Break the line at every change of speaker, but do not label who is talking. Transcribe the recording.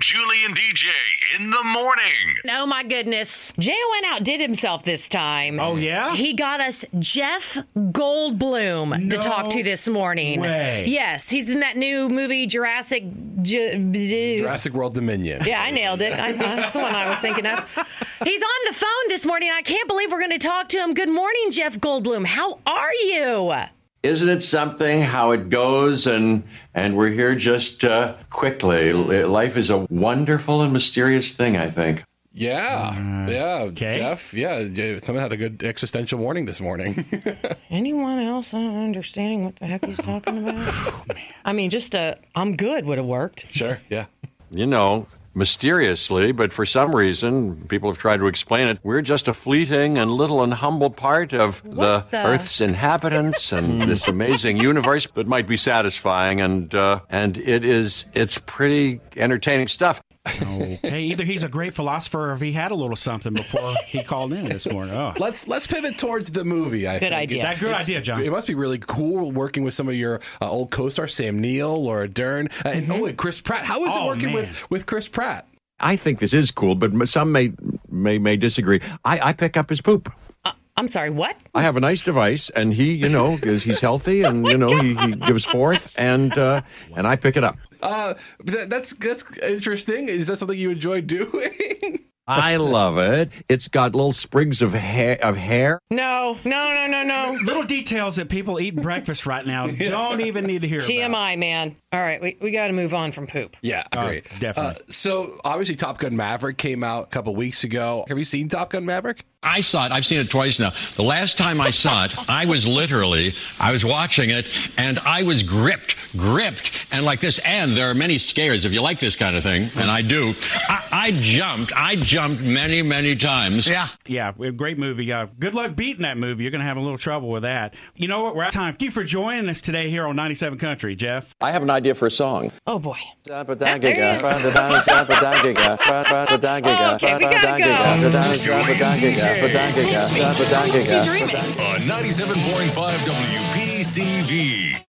Julie and DJ in the morning.
Oh my goodness. JON outdid himself this time.
Oh, yeah?
He got us Jeff Goldblum to
No
talk to this morning.
way.
Yes, he's in that new movie Jurassic Ju-
Jurassic World Dominion.
Yeah, I nailed it. I, that's the one I was thinking of. He's on the phone this morning. I can't believe we're going to talk to him. Good morning, Jeff Goldblum. How are you?
isn't it something how it goes and and we're here just uh, quickly L- life is a wonderful and mysterious thing i think
Yeah. yeah.
Uh, okay.
Jeff. Yeah. J- Someone had a good existential warning this morning.
Anyone else not understanding what the heck he's talking about?
Oh,
I mean, just a I'm good would have worked.
sure. Yeah.
you know mysteriously but for some reason people have tried to explain it we're just a fleeting and little and humble part of the,
the-
earth's inhabitants and this amazing universe that might be satisfying and uh, and it is it's pretty entertaining stuff
Hey, either he's a great philosopher or he had a little something before he called in this morning. Oh.
Let's let's pivot towards the movie. I
Good
think.
idea.
It's-
That good idea, John.
It must be really cool working with some of your uh, old co-stars, Sam Neill, Laura Dern, uh, and
Mm-hmm.
oh, and Chris Pratt. How is it
Oh,
working
man.
with with Chris Pratt?
I think this is cool, but m- some may may may disagree. I, I pick up his poop.
I'm sorry, what?
I have a nice device, and he, you know, because he's healthy, and you know, he, he gives forth, and uh, and I pick it up.
Uh, th- that's that's interesting. Is that something you enjoy doing?
I love it. It's got little sprigs of hair of hair.
No, no, no, no, no.
Little details that people eating breakfast right now don't even need to hear about.
TMI, man. All right, we, we got to move on from poop.
yeah,
Oh,
agree.
definitely.
Uh, so obviously, Top Gun Maverick came out a couple weeks ago. Have you seen Top Gun Maverick?
I saw it. I've seen it twice now. The last time I saw it, I was literally, I was watching it and I was gripped, gripped, and like this. And there are many scares if you like this kind of thing, and I do. I, I jumped, I jumped many, many times. Yeah.
Yeah, we- great movie. Uh, good luck beating that movie. You're going to have a little trouble with that. You know what? We're out of time. Thank you for joining us today here on 97 Country, Jeff.
I have an idea for a song.
Oh, boy.
There
There he is. Okay, we gotta go.
Makes me,
go.
makes me dreaming.
On 97.5 WPCV.